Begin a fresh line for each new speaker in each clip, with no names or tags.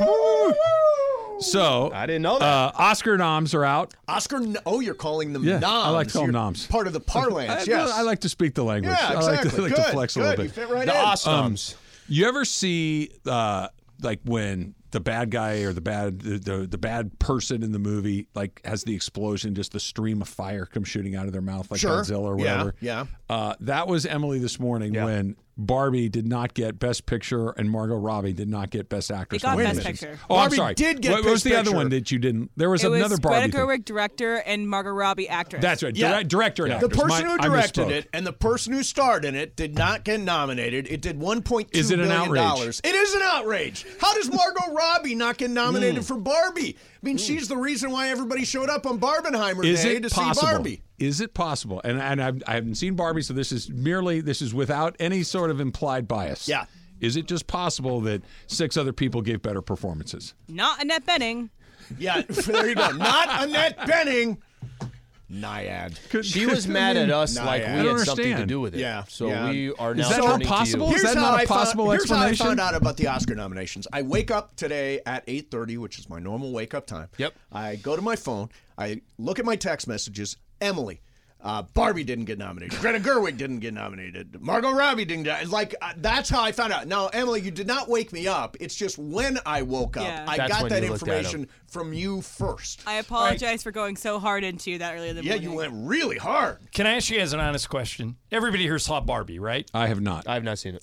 So
I didn't know that.
Uh, Oscar noms are out.
Oscar, N- oh, you're calling them
Yeah,
noms.
I like to call them
You're
noms.
Part of the
I,
parlance, yes.
I like to speak the language.
Yeah,
I like, to,
exactly.
I like
Good,
to flex a
good.
little bit.
You fit right
the
in.
Os- um,
Noms.
you ever see uh, like when the bad guy or the bad the, the the bad person in the movie like has the explosion, just the stream of fire comes shooting out of their mouth like
Sure.
Godzilla or
Yeah,
whatever.
yeah.
Uh, that was Emily this morning when Barbie did not get Best Picture and Margot Robbie did not get Best Actress.
got Best
nominations.
Picture.
Oh,
Barbie
I'm sorry.
did get
what, what was
Best
the other
Picture.
one that you didn't? There was
It
another
was
Barbie.
Greta
thing.
Gerwig director and Margot Robbie actress.
That's right.
Yeah.
Direct, director and
the
actress.
person
My-
who
I
directed
misspoke.
it and the person who starred in it did not get nominated. It did 1.2
Is it an
billion
outrage?
dollars. It is an outrage. How does Margot Robbie not get nominated
Mm.
for Barbie? I mean, she's the reason why everybody showed up on Barbenheimer
is
Day
it
to
possible?
see Barbie.
Is it possible? And and I've, I haven't seen Barbie, so this is merely this is without any sort of implied bias.
Yeah.
Is it just possible that six other people gave better performances?
Not Annette Benning.
Yeah, there you go. Not Annette Benning. Naiad.
She was mad at us
Nah,
like
yeah.
we
I
had
don't
something to
understand.
do with it.
Yeah,
So
yeah.
we are now
Is that
turning
not
to you.
possible? Is
Here's
that
how
not
I
a possible
found, Here's how I
explanation?
found out about the Oscar nominations. I wake up today at 8:30, which is my normal wake up time.
Yep.
I go to my phone. I look at my text messages. Emily. Uh, Barbie didn't get nominated. Greta Gerwig didn't get nominated. Margot Robbie didn't. Get, like uh, that's how I found out. Now, Emily, you did not wake me up. It's just when I woke up,
Yeah.
I
That's
got
when
that
you looked at 'em.
information from you first.
I apologize for going so hard into you that early in the
yeah,
morning.
you went really hard.
Can I ask you guys an honest question? Everybody here saw Barbie, right?
I have not.
I've not seen it.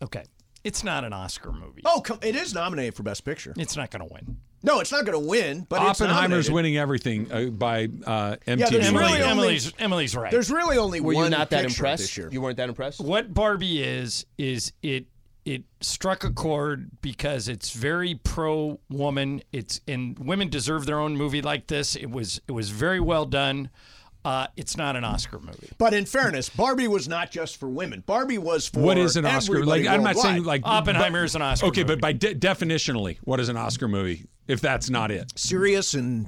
Okay. It's not an Oscar movie.
Oh, come, it is nominated for Best Picture.
It's not going to win.
No, it's not going to win, but it's
Oppenheimer's
nominated.
winning everything uh, by uh, MTV.
there's
rating.
really
Emily,
only-
Emily's, Emily's right.
There's really only
Were
one
you not that
picture
impressed?
this year.
You weren't that impressed?
what Barbie is is it it struck a chord because it's very pro woman. It's and women deserve their own movie like this. It was it was very well done. Uh, it's not an Oscar movie.
But in fairness, Barbie was not just for women. Barbie was for
What is an Oscar?
everybody
Like I'm not
worldwide.
saying like
Oppenheimer is an Oscar.
Okay,
movie.
but by de- definitionally, what is an Oscar movie? If that's not it,
serious and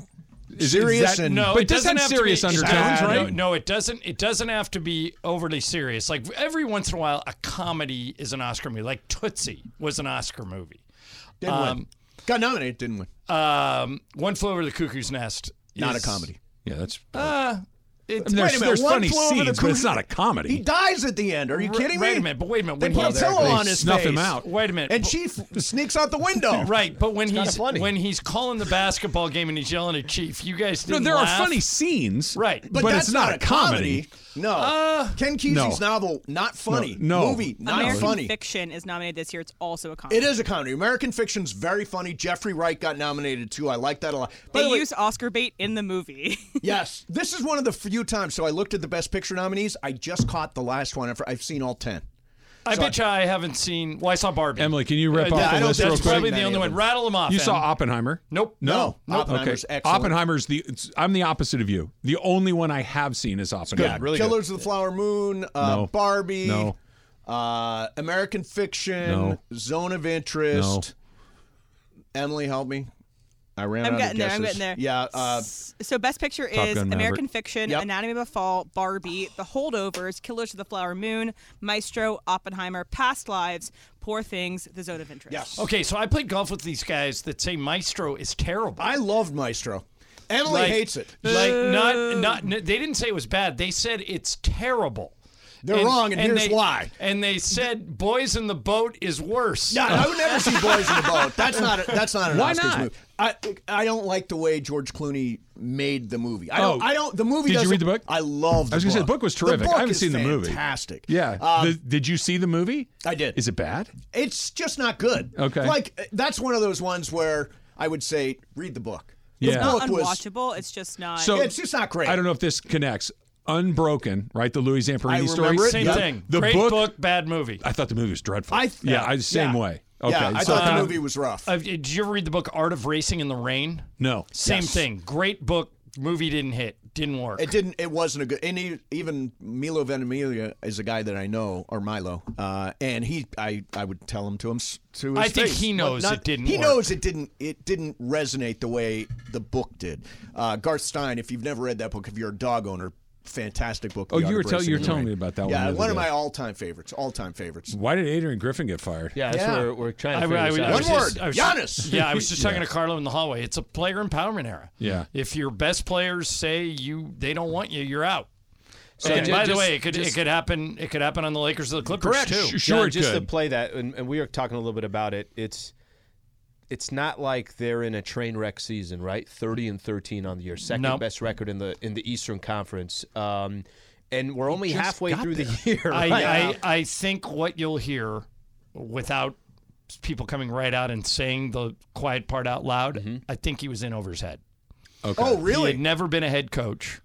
is
serious
that-
and
No,
But
it
this
doesn't
had
have to
serious
be-
undertones,
Yeah,
right?
No, no, it doesn't. It doesn't have to be overly serious. Like every once in a while, a comedy is an Oscar movie. Like Tootsie was an Oscar movie.
didn't win. Got nominated, didn't win.
Um, One flew over the cuckoo's nest.
not a
is-
comedy.
yeah, that's.
Uh,
It's,
I mean, there's
minute,
there's
one
funny
flew over the
scenes, but it's
cuckoo-
not a comedy.
He dies at the end. Are you kidding me?
Wait a minute, but wait a minute.
They
when
put a
he's-
pillow
They
on his
snuff
face.
him out.
Wait a minute.
And
but-
Chief sneaks out the window.
Right, but when he's
funny.
when he's calling the basketball game and he's yelling at Chief, you guys
No,
didn't
there
laugh.
are funny scenes,
Right.
But,
But,
that's
it's not, a comedy. Uh,
No. Ken
no.
Kesey's novel, not funny.
no.
Movie, not
American
funny.
Fiction is nominated this year. It's also a comedy.
It is a comedy. American Fiction's very funny. Jeffrey Wright got nominated too. I like that a lot. By
They
the way-
use Oscar bait in the movie.
Yes, this is one of the few times. So I looked at the Best Picture nominees. I just caught the last one. I've- I've seen all ten.
I bet you I haven't seen. Well, I saw Barbie.
Emily, can you rip
Uh,
Yeah,
off
I
the
don't-
list
That's
real quick?
probably the only one. Rattle them off.
You saw
Em.
Oppenheimer?
Nope.
No, Oppenheimer's
okay.
excellent.
Oppenheimer's the it's, I'm the opposite of you. The only one I have seen is Oppenheimer.
Good. Killers of the Flower Moon, uh,
No.
Barbie,
No.
uh, American Fiction,
No.
Zone of Interest. Emily, help me. I ran
I'm
out
getting
of
there.
guesses.
I'm getting there.
Yeah, uh,
so best picture
Top
is
Gun Maverick.
American Fiction,
Yep.
Anatomy of a Fall, Barbie, The Holdovers, Killers of the Flower Moon, Maestro, Oppenheimer, Past Lives, Poor Things, The Zone of Interest.
Yes.
Okay, so I played golf with these guys that say Maestro is terrible.
I loved Maestro. Emily hates it.
Like uh, not, not n- they didn't say it was bad. They said it's terrible.
They're wrong, and here's
they-
why.
And they said Boys in the Boat is worse.
Yeah, I would never see Boys in the Boat. That's not a, that's not an
Why
Oscars
not?
movie. I I don't like the way George Clooney made the movie. I don't.
Oh.
I don't. The movie.
Did you
doesn't-
read the book?
I love. The
I
book.
was gonna say the book was terrific.
book
I haven't
is
seen the movie.
Fantastic.
Yeah.
Um,
The- did you see the movie?
I did.
Is it bad?
it's just not good.
Okay.
Like uh, that's one of those ones where I would say read the book.
Yeah.
The
It's
book
not
was.
Unwatchable. It's just not.
So
It's just not great.
I don't know if this connects. Unbroken, right? The Louis Zamperini
I
story.
remember it.
Same
Yep.
thing.
The
Great
book-
book, bad movie.
I thought the movie was dreadful.
I-
yeah, I same
yeah.
way. Okay.
yeah, I
so,
thought the movie was rough.
Uh, did you ever read the book Art of Racing in the Rain?
no.
Same thing. Great book. Movie didn't hit. Didn't work.
It didn't. It wasn't a good. And he, even Milo Ventimiglia is a guy that I know, or Milo, uh, and he, I, I would tell him to him s- to. His
I think
face.
he knows
Not-
it didn't
He
work.
knows it didn't. It didn't resonate the way the book did. Uh, Garth Stein, if you've never read that book, if you're a dog owner, fantastic book.
Oh,
The
you
Art
were
of
tell,
Racing
you were
in the
telling
Rain.
me about that
Yeah,
one. the
one
other
of my
day.
all-time favorites. All-time favorites.
Why did Adrian Griffin get fired?
Yeah, that's
Yeah.
where we're trying
I-
to figure
I-
this
I-
out.
I
One
was
word,
just- I was-
Giannis.
Yeah, I was just talking to Carlo in the hallway. It's a player empowerment era.
Yeah.
If your best players say you they don't want you, you're out.
So
and
ju-
by the
just-
way, it could it
just-
could happen. It could happen on the Lakers or the Clippers
Correct.
too.
Sure
John,
it
just
could.
to play that, and, and we were talking a little bit about it. It's it's not like they're in a train wreck season, right? Thirty and thirteen on the year, second
No.
best record in the in the Eastern Conference, um, and we're only
just
halfway
got
through the
there.
year. right?
I, I I think what you'll hear, without people coming right out and saying the quiet part out loud, I think he was in over his head.
Okay.
Oh,
He
really?
had never been a head coach.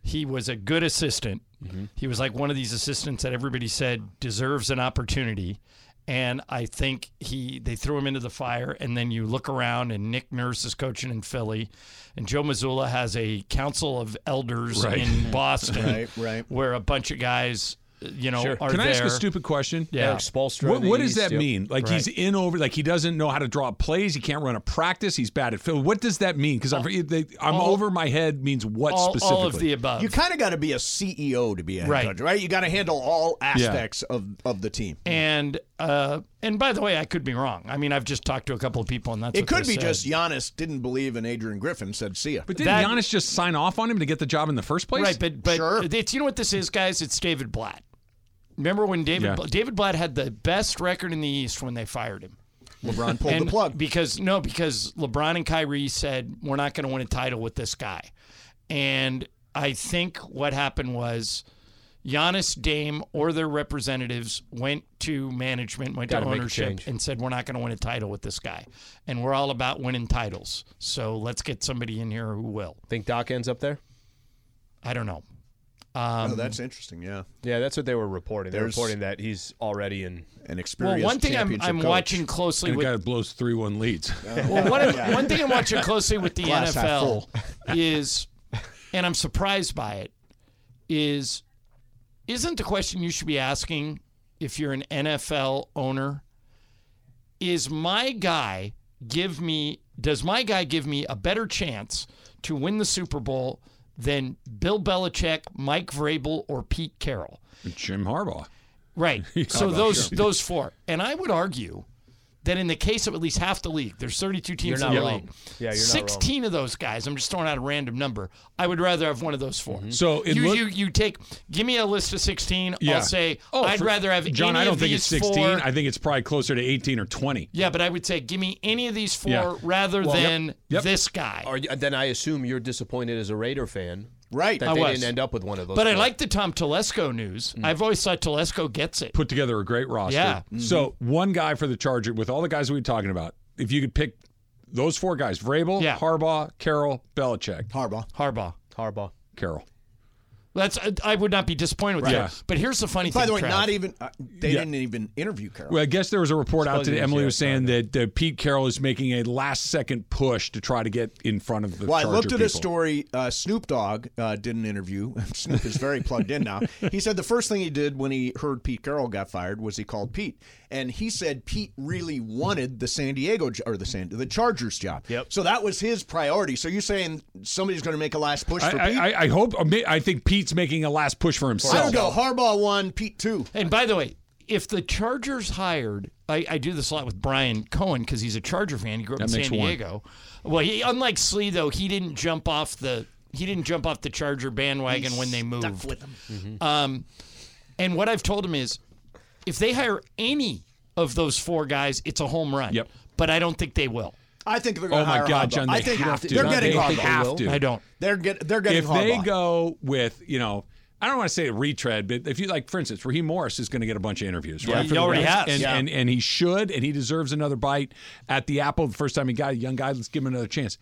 He was a good assistant.
Mm-hmm.
He was like one of these assistants that everybody said deserves an opportunity. And I think he they threw him into the fire. And then you look around, and Nick Nurse is coaching in Philly, and Joe Missoula has a council of elders
Right.
in Boston,
Right, right.
where a bunch of guys, you know, are
Can I ask
there.
a stupid question?
Yeah.
Eric Spoelstra
What,
in the
what does
East,
that
yeah.
mean? Like he's in over, like he doesn't know how to draw plays. He can't run a practice. He's bad at field. What does that mean? Because I'm, they- I'm
all-
over my head means what
all,
specifically?
all of the above.
You kind of got to be a CEO to be a head
Right.
coach, right? You got to handle all aspects of, of the team.
and uh, and by the way, I could be wrong. I mean, I've just talked to a couple of people, and that's
It
what
could
they
be
said.
just Giannis didn't believe in Adrian Griffin, said see ya.
But didn't
That-
Giannis just sign off on him to get the job in the first place?
Right, but but
Sure.
it's you know what this is, guys. It's David Blatt. Remember when David
Yeah.
Bla- David Blatt had the best record in the East when they fired him?
LeBron pulled
and
the plug.
because no, because LeBron and Kyrie said we're not going to win a title with this guy, and I think what happened was. Giannis, Dame, or their representatives went to management, went
Gotta
to
make a
ownership,
change.
and said, "We're not going to win a title with this guy, and we're all about winning titles. So let's get somebody in here who will."
Think Doc ends up there?
I don't know.
oh,
Um,
that's interesting. Yeah,
Yeah, that's what they were reporting. They're
There's-
reporting that he's already in.
an
Well,
experience.
one thing I'm, I'm watching
And
closely
the
with
guy blows three one leads.
well, one, one thing I'm watching closely with the
Glass half
NFL
full.
is, and I'm surprised by it, is isn't the question you should be asking if you're an NFL owner? Is my guy give me? Does my guy give me a better chance to win the Super Bowl than Bill Belichick, Mike Vrabel, or Pete Carroll?
Jim Harbaugh.
Right. So those those four, and I would argue that in the case of at least half the league, there's 32 teams
You're
in
not
the
wrong.
league.
Yeah, you're not wrong.
16 of those guys. I'm just throwing out a random number. I would rather have one of those 4
Mm-hmm. So it
you,
look-
you you take give me a list of 16.
Yeah.
I'll say
Oh,
I'd
for-
rather have
John.
Any
I don't
of
think it's
these
16.
Four,
I think it's probably closer to 18 or 20.
yeah, but I would say give me any of these four
Yeah.
rather
Well, yep.
than
Yep.
this guy.
Are you, then I assume you're disappointed as a Raider fan,
Right. Oh,
That
I
they
was.
didn't end up with one of those.
but I
four.
like the Tom Telesco news. I've always thought Telesco gets it.
Mm. Put together a great roster.
Yeah.
Mm-hmm.
So one guy for the Charger with all the guys we were talking about. If you could pick those four guys: Vrabel,
Yeah.
Harbaugh, Carroll, Belichick,
Harbaugh.
Harbaugh.
Harbaugh.
Carroll.
That's I- I would not be disappointed with
Yeah.
that. But here's the funny thing.
By the way,
Trav.
not even uh, they didn't even interview Carroll.
Well, I guess there was a report out
Suppose
today.
it is,
Emily
yeah,
was saying that, that Pete Carroll is making a last-second push to try to get in front of the.
Well, I
Charger
looked at
people.
a story. Uh, Snoop Dogg uh, did an interview. Snoop is very plugged in now. He said the first thing he did when he heard Pete Carroll got fired was he called Pete, and he said Pete really wanted the San Diego jo- or the San the Chargers job.
Yep.
So that was his priority. So you're saying somebody's going to make a last push for
I,
Pete?
I, I- I hope. I think Pete's making a last push for himself.
I don't know. Harbaugh won. Pete two.
And by the way, if the Chargers hired, I, I do this a lot with Brian Cohen because he's a Charger fan. He grew up in
makes
San
one.
Diego. Well, he, unlike Slee though, he didn't jump off the he didn't jump off the Charger bandwagon when they moved.
Mm-hmm.
Um, and what I've told him is, if they hire any of those four guys, it's a home run.
Yep.
But I don't think they will.
I think they're going
Oh
to hire
my God,
Harbaugh.
John! They
I think
have to.
they're getting
they
Harbaugh.
have to.
I don't.
They're get, they're getting
If
Harbaugh.
they go with you know, I don't want to say a retread, but if you like, for instance, Raheem Morris is going to get a bunch of interviews, right?
he
for the
already
Rams.
has.
and,
Yeah.
and and he should, and he deserves another bite at the apple. The first time he got a young guy, let's give him another chance.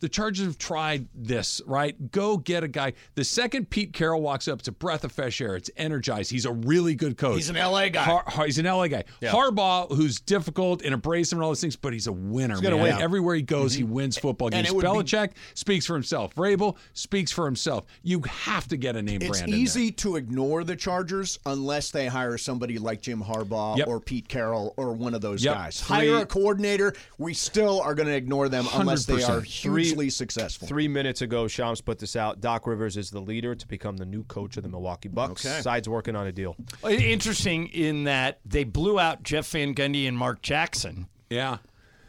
The Chargers have tried this, right? Go get a guy. The second Pete Carroll walks up, it's a breath of fresh air. It's energized. He's a really good coach.
He's an LA guy.
Har- Har- he's an LA guy. Harbaugh, who's difficult and abrasive and all those things, but he's a winner. He's
gonna
man.
win.
Everywhere he goes, he wins football
And
games.
it would be-
Belichick speaks for himself. Vrabel speaks for himself. You have to get a name
It's
brand. in there.
easy to ignore the Chargers unless they hire somebody like Jim Harbaugh
Yep.
or Pete Carroll or one of those
Yep.
guys.
Three-
Hire a coordinator. We still are going to ignore them unless they are
100%.
Three-
hugely successful.
Three minutes ago, Shams put this out. Doc Rivers is the leader to become the new coach of the Milwaukee Bucks. Sides working on a deal.
Interesting in that they blew out Jeff Van Gundy and Mark Jackson.
Yeah.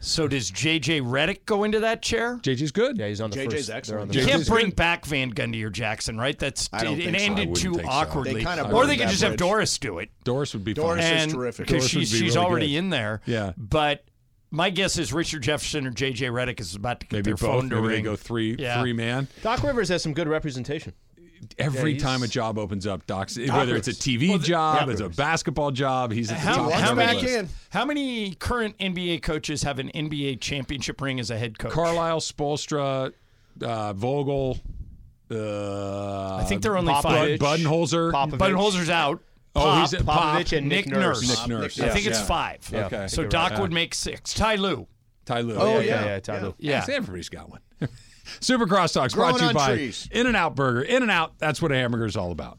So does JJ Reddick go into that chair?
JJ's good.
Yeah, he's on the
JJ's
first. they're
excellent.
on the
You
JJ's
can't
good.
bring back Van Gundy or Jackson, right? That's
I don't
it,
think so. I
ended
wouldn't
too
think so.
awkwardly.
They kinda
or they
burned
could
that
just have
bridge.
Doris do it.
Doris would be
Doris
fine.
is
and
terrific.
because
Doris would
she's
be
she's
really
already
good.
in there.
Yeah.
But my guess is Richard Jefferson or JJ Reddick is about to get
Maybe
their
both.
phone to
Maybe they
ring.
go three
Yeah.
three man.
Doc Rivers has some good representation.
Every
he's-
time a job opens up, Doc's whether it's a TV
the-
job,
Doc
it's a
Rivers.
basketball job, he's at the
How,
top
how
of the
back
many,
list.
in.
how many current NBA coaches have an NBA championship ring as a head coach?
Carlisle, Spolstra, uh, Vogel. Uh,
I think they're only
Popovich.
five.
Buddenholzer.
Pop-
Budenholzer's out.
Oh, he's
Pop,
at Pop.
Popovich and Nick,
Nick Nurse.
Nurse.
Nick Nurse.
I think it's
Yeah.
five.
Okay.
So Doc would make six. Ty Lue.
Ty Lue.
Oh,
Yeah,
yeah.
yeah, Ty Lue.
Yeah.
See, everybody's got one. Super Crosstalks
Growing
brought to you
on
by
trees.
In and Out Burger. In and Out, that's what a hamburger is all about.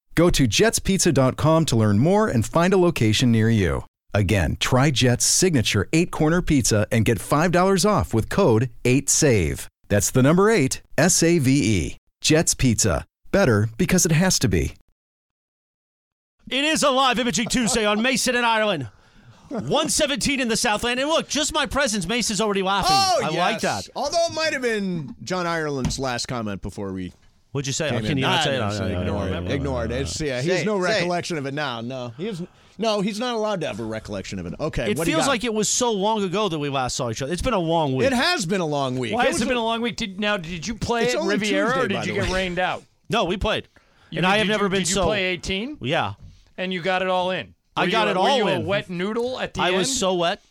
Go to jetspizza.com to learn more and find a location near you. Again, try Jet's signature eight corner pizza and get $5 off with code 8SAVE. That's the number eight, S A V E. Jet's Pizza. Better because it has to be.
It is a live imaging Tuesday on Mason in Ireland. 117 in the Southland. And look, just my presence, Mason's already laughing.
Oh,
I
yes.
like that.
Although it might have been John Ireland's last comment before we
What'd you say? Oh,
came
can
in.
you not
Ah,
say
no, so
that?
ignore it. Ignore it. It's, yeah, he has
Say
no
it, say it.
recollection of it now. No, he has, no, he's not allowed to have a recollection of it. Okay,
It
what do you
feels
got?
like it was so long ago that we last saw each other. It's been a long week.
it has been a long week.
Why
It
has
was
it been a long week? Did, now, did you play
It's
at
only
Riviera
Tuesday,
or
by
did you
the
get
way.
rained out?
no, we played.
You
and
mean,
I have
did
never
you,
been
did you
so.
play 18
yeah.
and you got it all in.
I
Were
got
you,
it
were
all
you a
in.
wet noodle at the
I
end?
was so wet.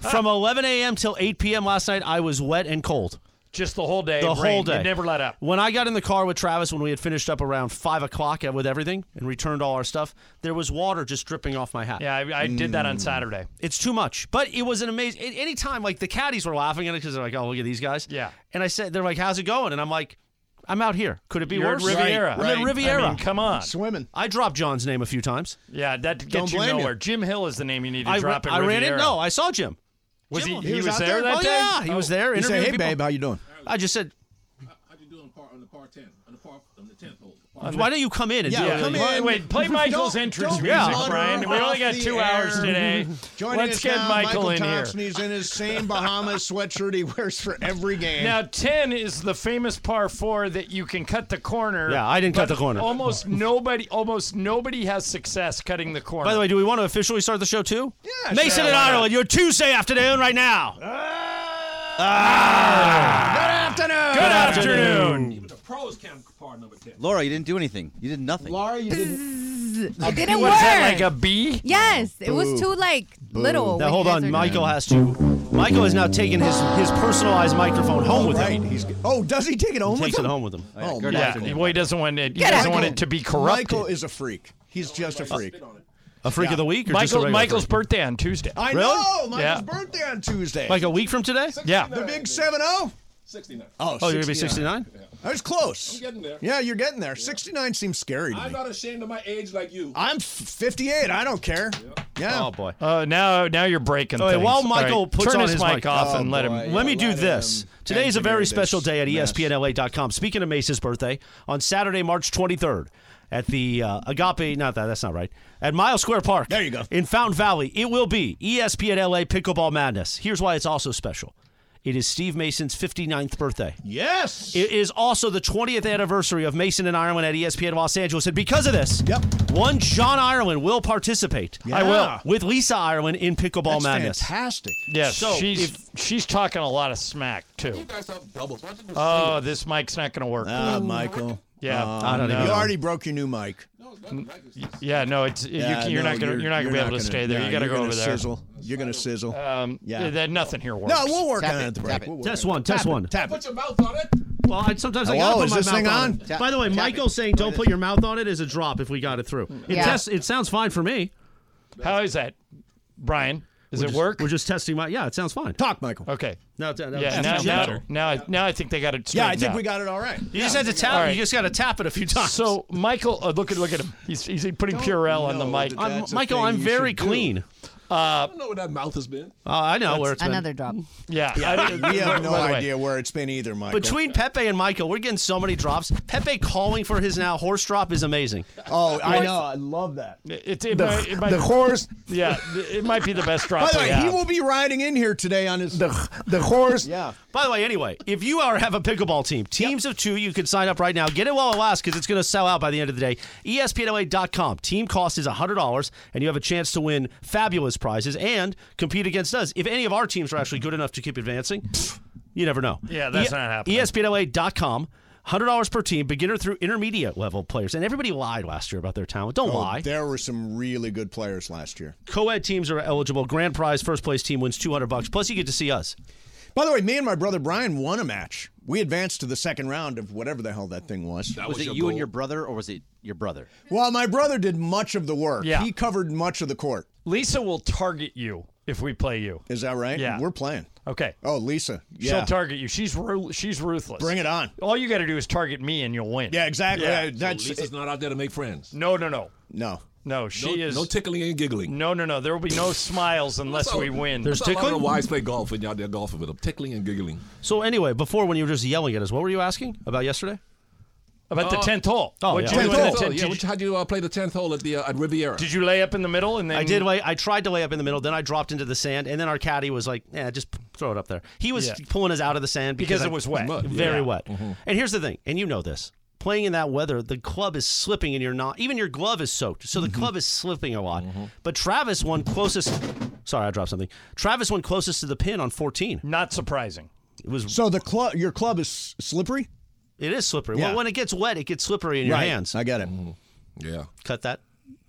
From 11 a.m. till 8 p.m. last night, I was wet and cold.
just the whole day.
The
it
whole
rained.
day.
It never let up.
When I got in the car with Travis when we had finished up around 5 o'clock with everything and returned all our stuff, there was water just dripping off my hat.
Yeah, I, I did
Mm.
that on Saturday.
It's too much. But it was an amazing. At any time, like the caddies were laughing at it because they're like, "Oh, look at these guys."
Yeah.
And I said, "They're like, how's it going?" And I'm like, "I'm out here. Could it be
You're at
worse?"
Riviera.
I'm at
right.
Riviera.
I mean, come on.
swimming.
I dropped John's name a few times.
Yeah, that
Don't
gets you
blame you.
nowhere. Jim Hill is the name you need to
I,
drop
I
at
ran it.
Riviera.
No, I saw Jim.
was
Jim
he, he
was
was
out
there,
there?
that
oh
day?
yeah, he was there.
He said,
interviewing
"Hey,
people."
babe, how you doing?"
I just said,
How'd you do on the par on the par ten on the par on the tenth hole?
"Why don't you come in and
Yeah,
do it?"
come in.
Wait, wait, play Michael's
Don't-
entrance
don't
music,
wander
Brian. We only
off
got
the
two
air.
hours today.
Joining
Let's
us
get
now,
Michael, in
Thompson.
here.
He's in his same Bahamas sweatshirt he wears for every game.
Now, 10 is the famous par 4 that you can cut the corner.
Yeah, I didn't cut
but
the corner.
Almost nobody almost nobody has success cutting the corner.
By the way, do we want to officially start the show too?
Yeah,
Mason
sure,
and
why not?
Ireland, your Tuesday afternoon right now.
Good afternoon.
good afternoon.
The pros count par number ten.
Laura, you didn't do anything. You did nothing.
Laura, you didn't.
Oh, It didn't
What
work.
is that like a B?
yes, it was too like little.
uh, Now
when
hold
you guys
on,
are
Michael has to. Michael has now taken his his personalized microphone home with
Right,
him.
he's. Oh, does he take it home?
He takes
with
it
him?
home with him.
Oh,
Good
Yeah,
afternoon.
well, he doesn't want it. He
Get
doesn't
out.
want it to be corrupted.
Michael is a freak. He's just a freak.
A freak of the week, or just a
Michael,
regular
Michael's
freak?
birthday on Tuesday.
I
Really?
know. Michael's
Yeah.
birthday on Tuesday.
like a week from today.
yeah,
the big seven zero.
69.
Oh, you're gonna be 69?
I was close.
I'm getting there.
Yeah, you're getting there. 69 seems scary to
I'm
me.
not ashamed of my age like you.
I'm f- 58. I don't care. Yeah.
Oh boy. Oh now now you're breaking
All right,
things.
while
All
Michael
right,
puts
turn
on
his, mic, off
Oh,
and let
boy.
him.
Let me do this. Today is a
engineer
very
this
special day at
mess.
ESPNLA.com. Speaking of Mace's birthday, on Saturday, March 23rd, at the uh, Agape, not that, that's not right, at Mile Square Park. There you go. In Fountain Valley, it will be E ESPNLA Pickleball Madness. Here's why it's also special it is Steve Mason's 59th birthday.
Yes.
It is also the 20th anniversary of Mason and Ireland at E ESPN Los Angeles. And because of this, yep. one John Ireland will participate.
I will.
With Lisa Ireland in Pickleball Madness.
Yes,
So
she's
if-
she's talking a lot of smack too.
Double.
Oh, this mic's not going to work.
Uh,
Ah, Michael.
Yeah,
Oh,
I don't
no.
know.
You already broke your new mic.
Yeah, no, it's
Yeah,
you, are
no,
not going to you're not going to be able to
gonna-
stay there.
yeah,
you got to
you're
go
gonna
over there.
sizzle. You're going to sizzle.
Um,
Yeah.
That nothing here works.
No, we'll work
Tap
on it
it,
at the
tap
break.
it.
We'll work
Test
on it.
one, test
Tap it,
one.
Tap it.
Put your mouth on it.
Well, I, sometimes I
Hello,
gotta put
is
my
this
mouth
thing
on.
on?
it. By the way, Michael saying don't put your mouth on it is a drop if we got it through. It,
Yeah.
tests, it sounds fine for me.
How is that, Brian? Does
We're
it
just-
work?
We're just testing my. Yeah, it sounds fine.
Talk, Michael.
Okay.
No, that- that
yeah.
was-
Now,
that's
now,
better.
now, I, now I think they got it.
Yeah, I
straightened
think
out.
we
got it all right.
You just had to tap.
All right.
You just got to tap it a few times.
So Michael, uh, look at look at him. He's he's putting
Don't
Purell on the
know
mic.
that I'm- that's a Michael, thing I'm you very should do. clean.
Uh,
I don't know where that mouth has been.
Oh, I know where it's been.
drop.
Yeah,
Yeah, we have no
By the way,
idea where it's been either, Michael.
Between Pepe and Michael, we're getting so many drops. Pepe calling for his now horse drop is amazing.
Oh, I know. I love that.
It's it
The-
might, it might,
the horse-
Yeah, it might be the best drop.
By
we
the way,
have.
he will be riding in here today on his the
the horse.
Yeah.
By the way, anyway, if you are have a pickleball team, teams of two, you can sign up right now. Get it while it lasts because it's going to sell out by the end of the day. E ESPNLA.com. Team cost is $100, and you have a chance to win fabulous prizes and compete against us. If any of our teams are actually good enough to keep advancing, you never know. E-
Yeah, that's not happening.
ESPNLA.com. $100 per team, beginner through intermediate level players. And everybody lied last year about their talent.
Oh,
Oh,
Don't lie.
Oh, There were some really good players last year.
Co-ed teams are eligible. Grand prize first place team wins 200 bucks. Plus you get to see us.
By the way, me and my brother Brian won a match. We advanced to the second round of whatever the hell that thing was.
was, it you and your brother, or was it your brother?
Well, my brother did much of the work.
Yeah.
He covered much of the court.
Lisa will target you if we play you.
Is that right?
Yeah.
We're playing.
Okay.
Oh, Lisa.
She'll
Yeah.
target you. She's ru- she's ruthless.
Bring it on.
All you got to do is target me, and you'll win.
Yeah, exactly. Uh,
So
that's
Lisa's not out there to make friends.
No, no, no,
no.
no. She
no,
is
no tickling and giggling.
No, no, no. There will be no smiles unless we win.
That's how A lot of wives play golf and y'all there golfing with them, tickling and giggling.
So anyway, before when you were just yelling at us, what were you asking about yesterday?
About the
Uh,
tenth hole.
Oh,
What'd
yeah.
you do
Tenth
in the
Oh,
ten-
yeah,
did
which,
you-
how do you uh, play the tenth hole at the uh, at Riviera?
Did you lay up in the middle and then?
I did lay. I tried to lay up in the middle. Then I dropped into the sand, and then our caddy was like, "Yeah, just throw it up there." He was
Yeah.
pulling us out of the sand
Because
because,
it
I-
was wet. Mud,
very
yeah.
wet. And here's the thing, and you know this: playing in that weather, the club is slipping, and you're not. Even your glove is soaked, so the club is slipping a lot. But Travis won closest. Sorry, I dropped something. Travis won closest to the pin on 14.
Not surprising.
It was.
So the club, your club is slippery.
It is slippery.
Yeah.
Well, when it gets wet, it gets slippery in your
Right.
hands.
I get it.
Yeah.
Cut that.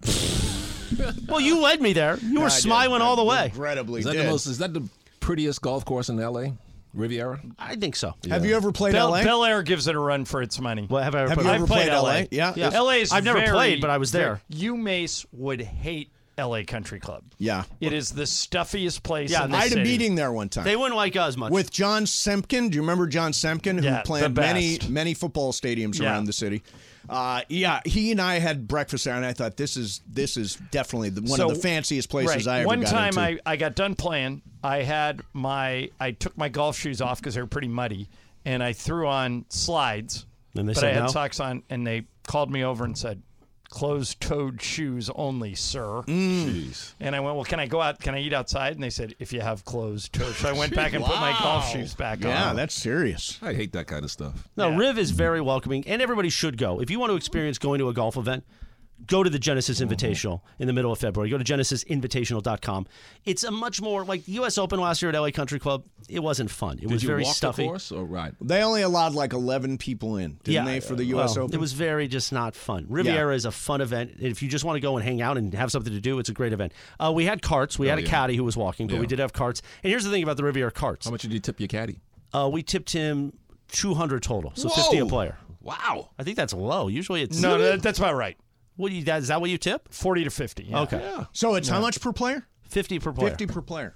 well, you led me there. You were smiling all the way.
Regrettably,
Is that
did.
the most? Is that the prettiest golf course in L.A. Riviera?
I think so.
Have you ever played
Bel,
LA?
Bel Air gives it a run for its money.
Well, have I ever
Have
played?
you
I've
ever
played
played LA?
LA.
Yeah.
Yeah.
LA is.
I've never
very-
played, but I was there.
You Mace would hate LA Country Club.
Yeah.
It is the stuffiest place.
Yeah,
in the
I had a
city.
meeting there one time
They wouldn't like us much.
with John Semkin. Do you remember John Semkin, who
Yeah, the
planned many
best.
many football stadiums
Yeah.
around the city? Uh, yeah, he and I had breakfast there, and I thought this is this is definitely the, one
So-
of the fanciest places
right.
I ever
One
got
time
into.
I, I got done playing. I had my I took my golf shoes off because they were pretty muddy, and I threw on slides.
And they
but
said
I had
no?
socks on, and they called me over and said, "Closed-toed shoes only, sir."
Mm.
Jeez.
And I went, "Well, can I go out? Can I eat outside?" And they said, "If you have closed-toed." So I went back and put my golf shoes back
yeah,
on.
that's serious.
I hate that kind of stuff.
no, Riv is very welcoming, and everybody should go. If you want to experience going to a golf event, go to the Genesis
Mm-hmm.
Invitational in the middle of February. Go to genesisinvitational.com. It's a much more like the U.S. Open last year at LA Country Club. It wasn't fun. It
Did
was
you
very
walk
stuffy.
the course Oh, or ride?
They only allowed like eleven people in, didn't they, for the
well,
U.S. Open?
It was very just not fun. Riviera is a fun event. If you just want to go and hang out and have something to do, it's a great event. Uh, we had carts. We had a caddy who was walking, but we did have carts. And here's the thing about the Riviera carts.
How much did you tip your caddy?
Uh, we tipped him 200 total, so 50 a
Whoa!
player.
Wow.
I think that's low. Usually it's
no, that, that's about right.
What do you, that, is that what you tip?
Forty to fifty. yeah.
Okay,
so it's how much per player?
50 per player.
Fifty per player.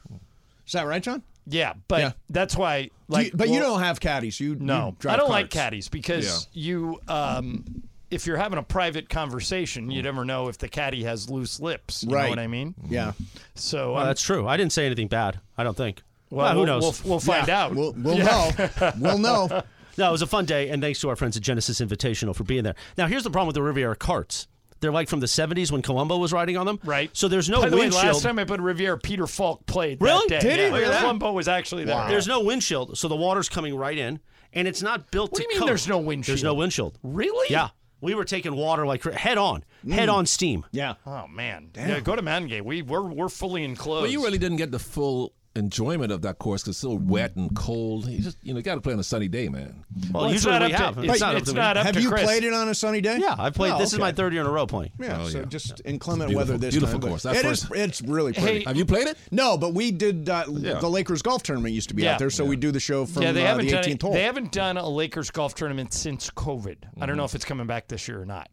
Is that right, John?
Yeah, but that's why. Like,
you- but you
well-
don't have caddies. You
no,
you drive
I don't like
carts.
caddies because you, um, if you're having a private conversation, you never know if the caddy has loose lips. You know
Right.
what I mean?
Mm-hmm.
Yeah.
So
Well,
um,
that's true. I didn't say anything bad. I don't think.
Well,
who
we'll-
knows?
we'll- we'll find Yeah. out. We'll- we'll Yeah. know. We'll know.
No, it was a fun day, and thanks to our friends at Genesis Invitational for being there. Now, here's the problem with the Riviera carts. They're like from the 70s when Columbo was riding on them. Right. So there's no
By the way,
windshield.
last time I put Riviera, Peter Falk played.
Really?
That day.
Did he?
yeah.
Look at that.
Columbo was actually there.
There's no windshield, so the water's coming right in, and it's not built to
do you mean
cover.
there's no windshield?
There's no windshield.
Really?
Yeah. We were taking water like cra- head on, head on steam.
Yeah.
Oh man.
Damn.
Yeah, go to Mountain Gate. We we're we're fully enclosed.
Well, you really didn't get the full enjoyment of that course because it's so wet and cold. You just, you know, got to play on a sunny day, man.
Well, Well, it's usually not we up to- have. it's It's not up it's to me. not up
Have
to
you
Chris.
played it on a sunny day?
Yeah, I played.
Oh,
this is
okay.
my third year in a row playing.
Yeah, so just inclement
It's
weather
beautiful-
this
beautiful
time. but
course. That's
it
where
is-
it's-
It's really
Hey-
pretty.
Have you played it?
No, but we did. Uh,
Yeah.
The Lakers golf tournament used to be
Yeah.
out there, so we do the show from
yeah, they
uh,
haven't
the
done
18th
it-
hole.
They haven't done a Lakers golf tournament since COVID. I don't know
Mm-hmm.
if it's coming back this year or not.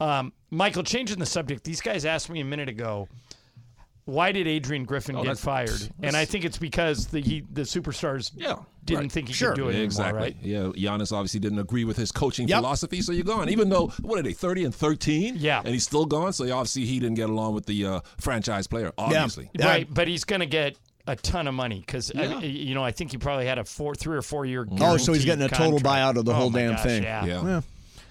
Um, Michael, changing the subject, these guys asked me a minute ago, why did Adrian Griffin
Oh,
get
that's-
fired? And I think it's because the he, the superstars didn't
Right.
think he could do it
exactly.
anymore, right?
Yeah, Giannis obviously didn't agree with his coaching
Yep.
philosophy, so you're gone. Even though what are they, 30 and 13? Yeah, and he's still gone. So obviously he didn't get along with the uh, franchise player. Obviously,
Right, but he's going to get a ton of money because
Yeah.
you know I think he probably had a four, three or four year.
Oh, so
guaranteed
he's getting a total
contract.
buyout of the
Oh
whole
my
damn
gosh,
thing.
Yeah.
Yeah.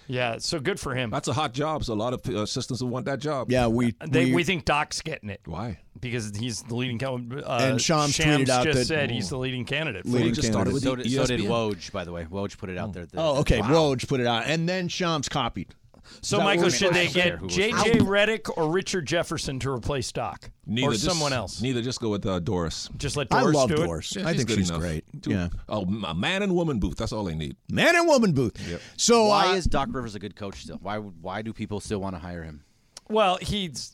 yeah, So good for him.
That's a hot job. So a lot of uh, assistants will want that job.
Yeah, we
Uh, They, we, think Doc's getting it.
Why?
Because he's the leading. co- Uh,
And Shams tweeted out
just
that-
said he's the leading candidate.
Leading
for
just started with
So did,
E
so did
ESPN.
Woj, by the way. Woj put it out there. that-
Oh, okay.
Wow.
Woj put it out, and then Shams copied. Is
So,
that
Michael,
what
should
we're
they
supposed to
get
do?
J.J. Reddick or Richard Jefferson to replace Doc
Neither,
or
just-
someone else?
Neither. Just go with uh, Doris.
Just let Doris do it.
Yeah, good enough. Two-
Yeah.
Oh, a man and woman booth. That's all they need.
Man and woman booth. So
why
uh,
is Doc Rivers a good coach still? Why would- why do people still want to hire him?
Well, he's.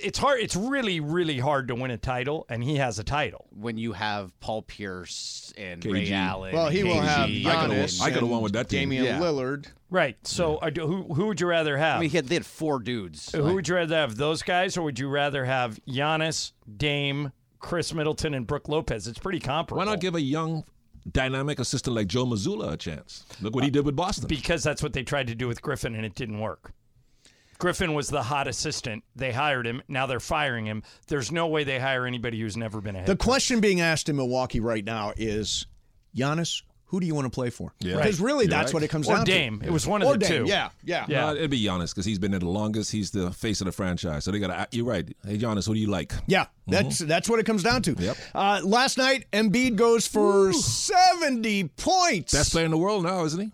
It's hard. It's really, really hard to win a title, and he has a title.
When you have Paul Pierce and
KG.
Ray Allen,
Well, he will
KG,
have
and-
Giannis I could've won with that team. Damian Lillard.
Right. So, are- who who would you rather have?
I mean, he had, they had four dudes.
Who would you rather have, those guys, or would you rather have Giannis, Dame, Chris Middleton, and Brooke Lopez? It's pretty comparable.
Why not give a young, dynamic assistant like Joe Mazzulla a chance? Look
Uh,
what he did with Boston.
Because that's what they tried to do with Griffin, and it didn't work. Griffin was the hot assistant. They hired him. Now they're firing him. There's no way they hire anybody who's never been a head.
the question being asked in Milwaukee right now is, Giannis, who do you want to play for?
Yeah.
Because
Right.
really,
You're
that's
right.
what it comes
Or
down
Dame.
to.
It was one of
or
the
Dame.
two.
Yeah, yeah,
No, it'd be Giannis because he's been there the longest. He's the face of the franchise. So they got. to You're right. Hey, Giannis, who do you like?
Yeah, that's that's what it comes down to. Mm-hmm. Yep. Uh, last night, Embiid goes for seventy points. Best
player in the world now, isn't he?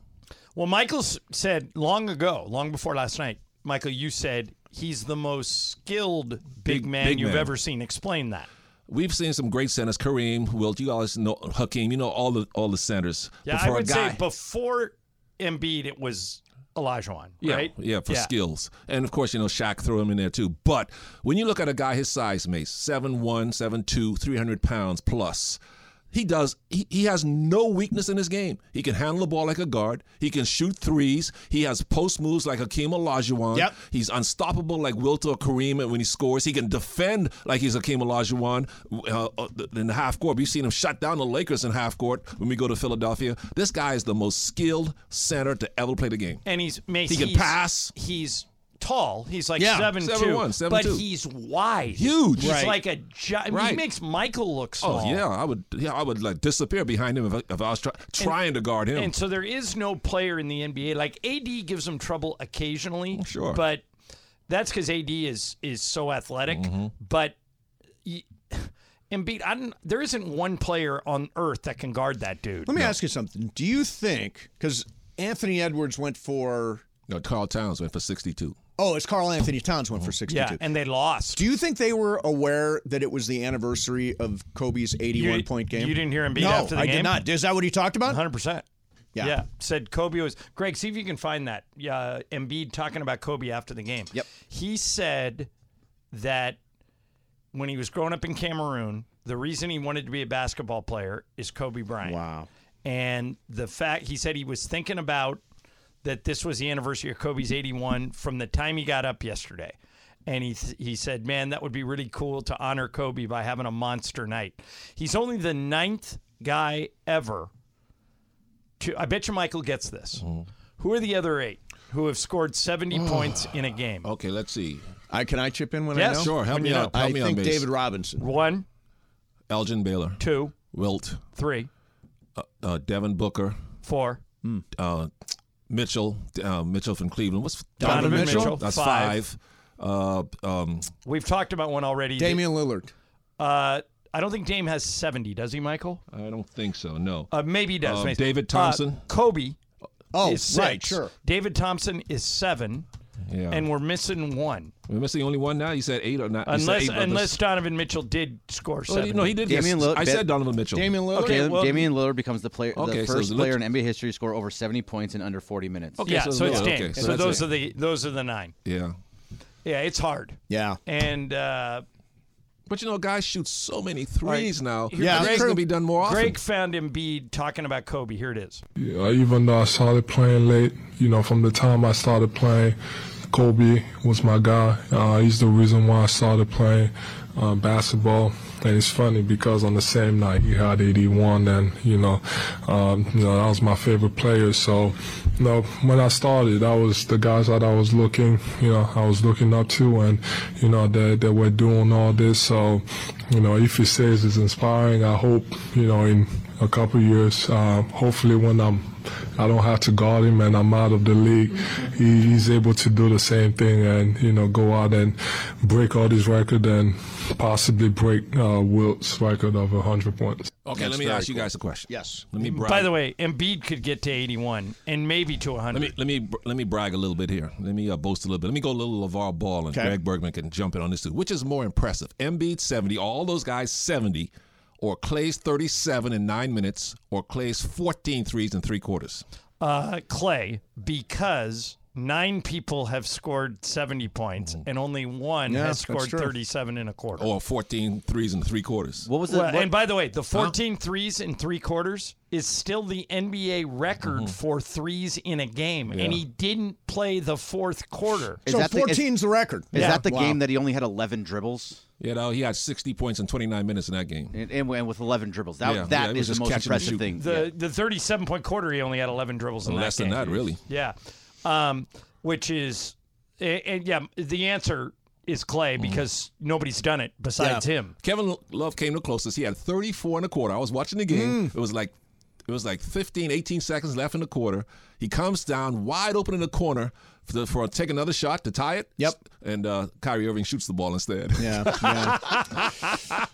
Well, Michael s- said long ago, long before last night, Michael, you said he's the most skilled big,
Big-
man
big
you've
man.
ever seen. Explain that.
We've seen some great centers, Kareem, Wilt. You guys know Hakeem. You know all the all the centers.
Yeah,
But for
I would
a guy,
say before Embiid, it was Olajuwon,
Yeah,
right?
yeah, for skills. And of course, you know, Shaq threw him in there too. But when you look at a guy his size, Mace, 7'1, 7'2, 300 pounds plus, he does, he, he has no weakness in his game. He can handle the ball like a guard. He can shoot threes. He has post moves like Hakeem Olajuwon. Yep. He's unstoppable like Wilt or Kareem when he scores. He can defend like he's Hakeem Olajuwon uh, uh, in the half court. We've seen him shut down the Lakers in half court when we go to Philadelphia. This guy is the most skilled center to ever play the game.
And he's Mace,
He can
he's-
pass.
He's tall. He's like
Yeah,
seven, two,
7'1", 7'2".
but he's wide,
Huge.
He's
Right.
like a giant. He
Right.
makes Michael look small.
Oh yeah, I would. Yeah, I would like disappear behind him if I, if I was try, trying to guard him.
And so there is no player in the NBA like AD gives him trouble occasionally.
Sure.
but that's because AD is is so athletic. But y- Embiid, I don't, there isn't one player on earth that can guard that dude.
Let me ask you something. Do you think because Anthony Edwards went for
no, Carl Towns went for sixty-two.
oh, it's Carl Anthony Towns went for sixty-two.
Yeah, and they lost.
Do you think they were aware that it was the anniversary of Kobe's 81
You-
point game?
you didn't hear him beat
no,
after the
I
game?
did not. Is that what he talked about?
100%.
Yeah.
Said Kobe was Greg. See if you can find that. Yeah, Embiid talking about Kobe after the game. Yep. He said that when he was growing up in Cameroon, the reason he wanted to be a basketball player is Kobe Bryant. Wow. And the fact he said he was thinking about that this was the anniversary of Kobe's 81 from the time he got up yesterday. And he, he said, man, that would be really cool to honor Kobe by having a monster night. He's only the ninth guy ever to I bet you Michael gets this.
Mm-hmm.
Who are the other eight who have scored 70 points in a game?
Okay, let's see.
I can I chip in when
Yes.
I know?
Sure, help
When
me
you know.
out, help
I
me out,
think
Mace.
David Robinson.
One.
Elgin Baylor.
Two.
Wilt.
Three.
Uh, uh, Devin Booker.
Four.
Uh, Mitchell. Uh, Mitchell from Cleveland. What's
Donovan Mitchell.
That's
Five.
five. Uh, um,
We've talked about one already.
Damian
Lillard.
Uh, I don't think Dame has 70, does he, Michael?
I don't think so. No.
Uh, maybe he does.
Uh,
Mason.
David
Uh,
Thompson.
Kobe.
Oh,
is six.
right, sure.
David Thompson is seven.
Yeah.
And we're missing one.
We're missing only one now. You said eight or not? you said
Unless
eight others.
unless Donovan Mitchell did score
Oh,
seven.
no, he did.
Damian
Damian
Lillard.
I said Donovan Mitchell.
Okay,
well-
Damian Lillard becomes the player,
Okay,
the
so
first
it's
player in
Lillard.
NBA history to score over 70 points in under 40 minutes.
yeah, so, it's Dame.
okay,
so
that's
those
it.
are the those are the nine.
Yeah.
Yeah, it's hard.
Yeah.
And uh,
But you know, guys shoot so many threes now.
Here-
I think it's gonna be done more often.
Greg found Embiid talking about Kobe. Here it is.
Yeah, even though I started playing late, you know, from the time I started playing, Kobe was my guy. Uh, he's the reason why I started playing uh, basketball. And it's funny because on the same night he had 81, and you know, um, you know that was my favorite player. So, you know, when I started, I was the guys that I was looking, you know, I was looking up to, and you know, they they were doing all this. So, you know, if he says it's inspiring, I hope you know in a couple years. Uh, hopefully, when I'm, I don't have to guard him and I'm out of the league, he, he's able to do the same thing and you know go out and break all these record and possibly break uh, Wilt's record of 100 points.
Okay, let me ask you guys a question.
Yes.
Let me brag.
By the way, Embiid could get to 81 and maybe to 100.
let me let me let me brag a little bit here. Let me uh, boast a little bit. Let me go a little LeVar Ball and
Okay.
Greg Bergman can jump in on this too. Which is more impressive, Embiid seventy, all those guys seventy, or Clay's thirty-seven in nine minutes, or Clay's 14 threes in three quarters?
uh, Clay because nine people have scored 70 points and only one has
Yeah, that's
scored
true.
37 and a quarter.
Or 14 threes in three quarters. What
Well, and by the way, the 14 threes in three quarters is still the NBA
Mm-hmm.
record for threes in a game,
Yeah.
and he didn't play the fourth quarter.
Is that the- is- Is that the game that he only had 11 dribbles?
You know, he had 60 points in 29 minutes in that game.
And, and, and with 11 dribbles. That,
Yeah,
that
yeah, he was
is the
just
most
catching and
impressive
shooting.
thing.
The the 37 point quarter, he only had 11 dribbles in
Less
that
than
game.
that, really.
Yeah, um, which is a- and yeah, the answer is Clay because nobody's done it besides
Mm-hmm. Yeah.
him.
Kevin Love came the closest. He had 34 and a quarter. I was watching the
Mm.
game. It was like it was like 15, 18 seconds left in the quarter. He comes down wide open in the corner for, the, for take another shot to tie it. Yep. And uh, Kyrie Irving shoots the ball instead.
Yeah.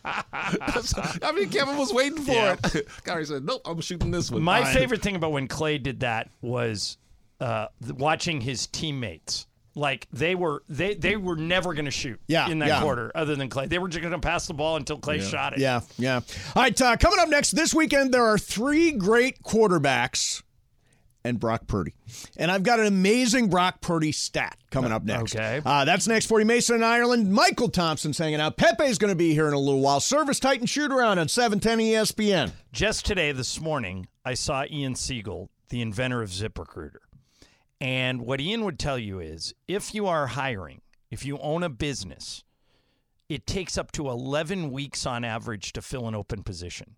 I mean, Kevin was waiting for it. Kyrie said, "Nope, I'm shooting this one."
My favorite thing about when Clay did that was uh, th- watching his teammates. Like they were, they they were never going to shoot
Yeah,
in that
yeah.
quarter, other than Clay. They were just going to pass the ball until Clay shot it.
Yeah, yeah. All right, uh, coming up next this weekend, there are three great quarterbacks and Brock Purdy. And I've got an amazing Brock Purdy stat coming up next. Okay. Uh, that's next 40 Mason in Ireland. Michael Thompson's hanging out. Pepe's going to be here in a little while. Service Titan shoot around on 710 ESPN.
Just today, this morning, I saw Ian Siegel, the inventor of ZipRecruiter. And what Ian would tell you is if you are hiring, if you own a business, it takes up to 11 weeks on average to fill an open position.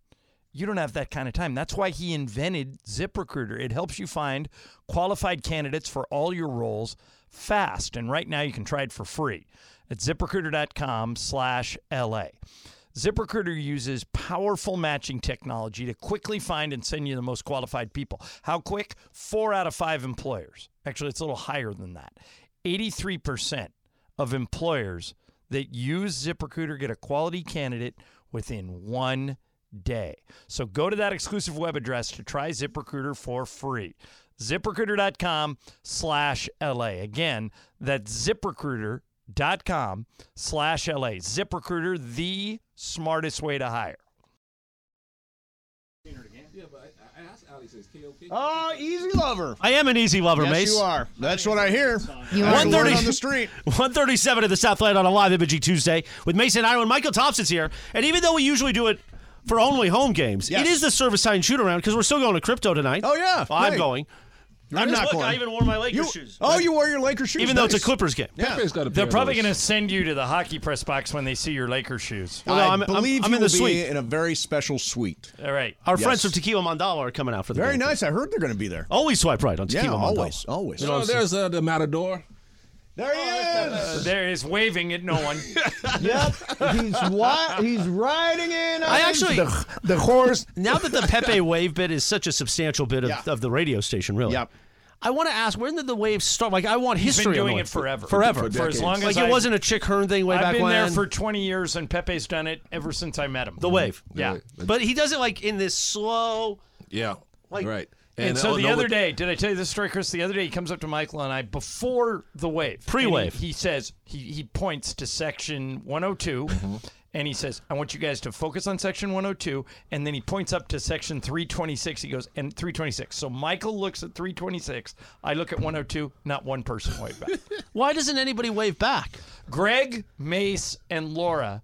You don't have that kind of time. That's why he invented ZipRecruiter. It helps you find qualified candidates for all your roles fast. And right now you can try it for free at ziprecruiter.com slash LA. ZipRecruiter uses powerful matching technology to quickly find and send you the most qualified people. How quick? Four out of five employers. Actually, it's a little higher than that. 83% of employers that use ZipRecruiter get a quality candidate within one day. So go to that exclusive web address to try ZipRecruiter for free. ZipRecruiter.com slash LA. Again, that's ziprecruiter.com slash LA. ZipRecruiter, the smartest way to hire.
Oh, easy lover.
I am an easy lover,
yes,
Mace.
you are. That's what I hear.
are.
That's the word
130
on the street.
137 at the Southland on a live imaging Tuesday with Mason Ireland. Michael Thompson's here. And even though we usually do it for only home games, it is the service time shoot around because we're still going to crypto tonight. Oh, yeah. I'm
right.
going.
I'm not
Look,
going.
I even wore my Lakers
You-
shoes.
Oh, you wore your Lakers shoes,
Even though it's a
Nice.
Clippers game.
They're probably going to send you to the hockey press box when they see your Laker shoes.
Well, no, I'm- I'm-
believe
I'm
you
in the
will be
suite.
in a very special suite.
All right.
Our friends from Tequila Mandala are coming out for the
Very
game.
nice. I heard they're going to be there.
Always swipe right on
Yeah,
Tequila Mandala.
always, always.
You know,
Oh,
it's-
there's uh, the Matador.
There he
Uh, there is waving at no one.
yep. He's what? He's riding in.
I actually
The-
horse. Now that the Pepe wave bit is such a substantial bit of, of the radio station, really. Yep. I want to ask when did the wave start? Like I want
He's been
history. on
doing
the
it
wave.
forever.
forever,
For as long as
like it
I've-
wasn't a Chick Hearn thing way
I've
back
been
when.
there for 20 years, and Pepe's done it ever since I met him.
the wave.
Yeah.
but he does it like in this slow.
Yeah.
Like-
right.
And,
uh,
so
oh,
the
no,
other
but-
day, did I tell you this story, Chris? The other day, he comes up to Michael and I before the wave, and
Pre-wave.
He, he says he he points to section 102, and he says, "I want you guys to focus on section 102." And then he points up to section 326. He goes, "And 326." So Michael looks at 326. I look at 102. Not one person waved back.
Why doesn't anybody wave back?
Greg, Mace, and Laura.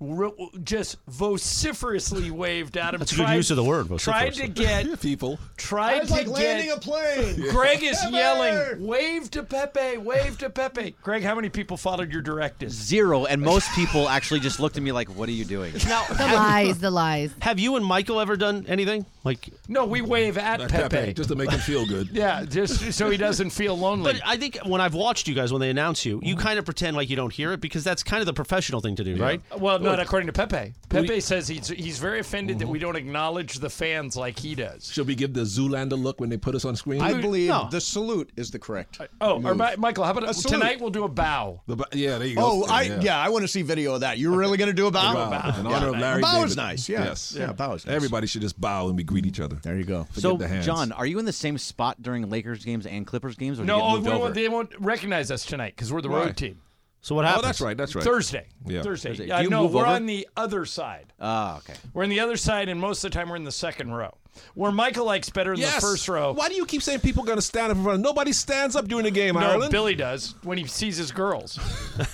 ro- Just vociferously waved at him.
That's a good use of the word,
Tried to get
people.
Tried
It's
to
like
get
landing a plane.
Greg is
Pepper!
yelling, wave to Pepe, wave to Pepe. Greg, how many people followed your directives?
Zero, and most people actually just looked at me like, "What are you doing?"
Now,
The lies, the lies.
Have you and Michael ever done anything like?
No, we wave at
Like
Pepe.
uh, Pepe, just to make him feel good.
Yeah, just so he doesn't feel lonely.
But uh, I think when I've watched you guys when they announce you, you kind of pretend like you don't hear it because that's kind of the professional thing to do, right?
well, not according to Pepe. Pepe says he's he's very offended that we don't acknowledge the fans like he does.
Should we give the Zoolander look when they put us on screen?
I believe
No.
the salute is the correct.
Oh, or
move.
Mi- Michael, how
A
about
salute.
tonight we'll do a bow?
The ba- yeah, there you go.
Oh, I yeah. I want to see video of that. You're really going to do a bow?
Bow. In
Yeah.
honor of Larry
A bow is
David.
nice. Yeah.
Yes.
Yeah, a bow is nice.
Everybody should just bow and we greet each other.
There you go.
Forget
so,
the hands.
John, are you in the same spot during Lakers games and Clippers games? Or do
No,
you get
oh,
moved
we
over?
won't, they won't recognize us tonight because we're the
Why?
road team.
So what
Oh,
happens?
that's right. That's right.
Thursday.
Yeah.
Thursday.
Thursday.
Yeah,
Do you
no,
move
we're
over?
on the other side.
Ah, okay.
We're on the other side, and most of the time we're in the second row. Where Michael likes better than the
Yes.
first row.
Why do you keep saying people going to stand up in front? of Nobody stands up during the game,
No,
Ireland.
Billy does when he sees his girls.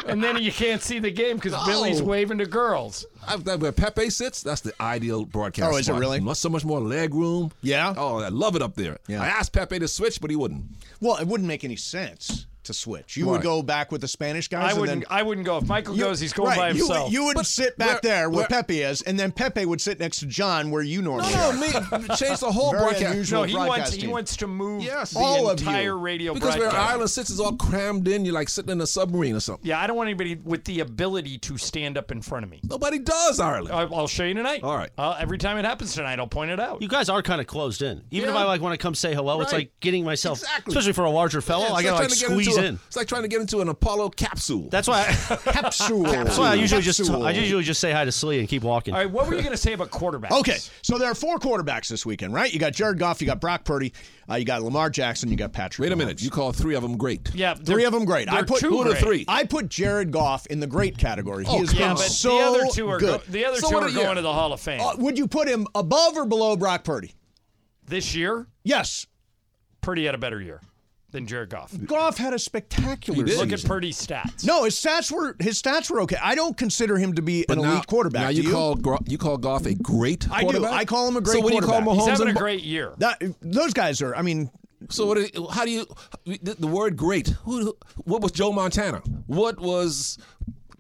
and then you can't see the game because Billy's
Oh.
waving to girls.
I've, that- where Pepe sits, that's the ideal broadcast.
Oh, is it
spot.
really?
Not so much more leg room.
Yeah?
Oh, I love it up there.
Yeah.
I asked Pepe to switch, but he wouldn't.
Well, it wouldn't make any sense to switch. You would
Right.
go back with the Spanish guys.
I
and
wouldn't.
Then,
I wouldn't go if Michael goes. He's going
right,
by himself.
You, would- you would
But
sit back
where-
there where,
where-
Pepe is, and then Pepe would sit next to John where you
No,
normally
no,
are.
me change the whole
Oh, Very
broadcast.
unusual.
no, he wants. He
broadcasting.
wants to move
Yes.
the
All of you.
entire radio
Because where
broadcast.
Ireland sits is all crammed in. You're like sitting in a submarine or something.
yeah, I don't want anybody with the ability to stand up in front of me.
Nobody does Ireland.
I- I'll show you tonight.
All right.
Uh, every time it happens tonight, I'll point it out.
You guys are kind of closed in. Even if
Yeah.
I like want to come say hello, it's
Right.
like getting myself,
Exactly.
especially for a larger
Oh,
fellow,
Yeah,
I gotta
it's like
like
trying to get
squeeze
into a-
in.
it's like trying to get into an Apollo capsule.
That's why. I,
Capsule.
that's why I usually just I usually just say hi to Slee and keep walking.
All right, what were you going to say about quarterbacks?
Okay, so there are four quarterbacks this weekend, right? You got Jared Goff, you got Brock Purdy, uh, you got Lamar Jackson, you got Patrick.
Wait a
Mahomes.
minute. You call three of them great.
Yeah,
Three
they're-
of them great. I
they're
put
two
Who are the
great.
three?
I put Jared Goff in the great category. he
Oh,
has
yeah,
been
but
so
the other two are
good.
go- the other
So
two
what
are
are-
going
yeah.
to the Hall of Fame
Uh, would you put him above or below Brock Purdy?
this year.
Yes.
Purdy had a better year than Jared Goff.
Goff had a spectacular
did.
season.
Look at Purdy's stats.
No, his stats were his stats were okay. I don't consider him to be an
now,
elite quarterback.
Now
do
you,
you
call Gro- you call Goff a great
I do.
quarterback.
I call him a great
So when you
quarterback.
call
He's
Mahomes
He's having
and
a
Bo-
great year.
that those guys are. I mean,
So what? do you- How do you? The, the word "great." Who? What was Joe Montana? What was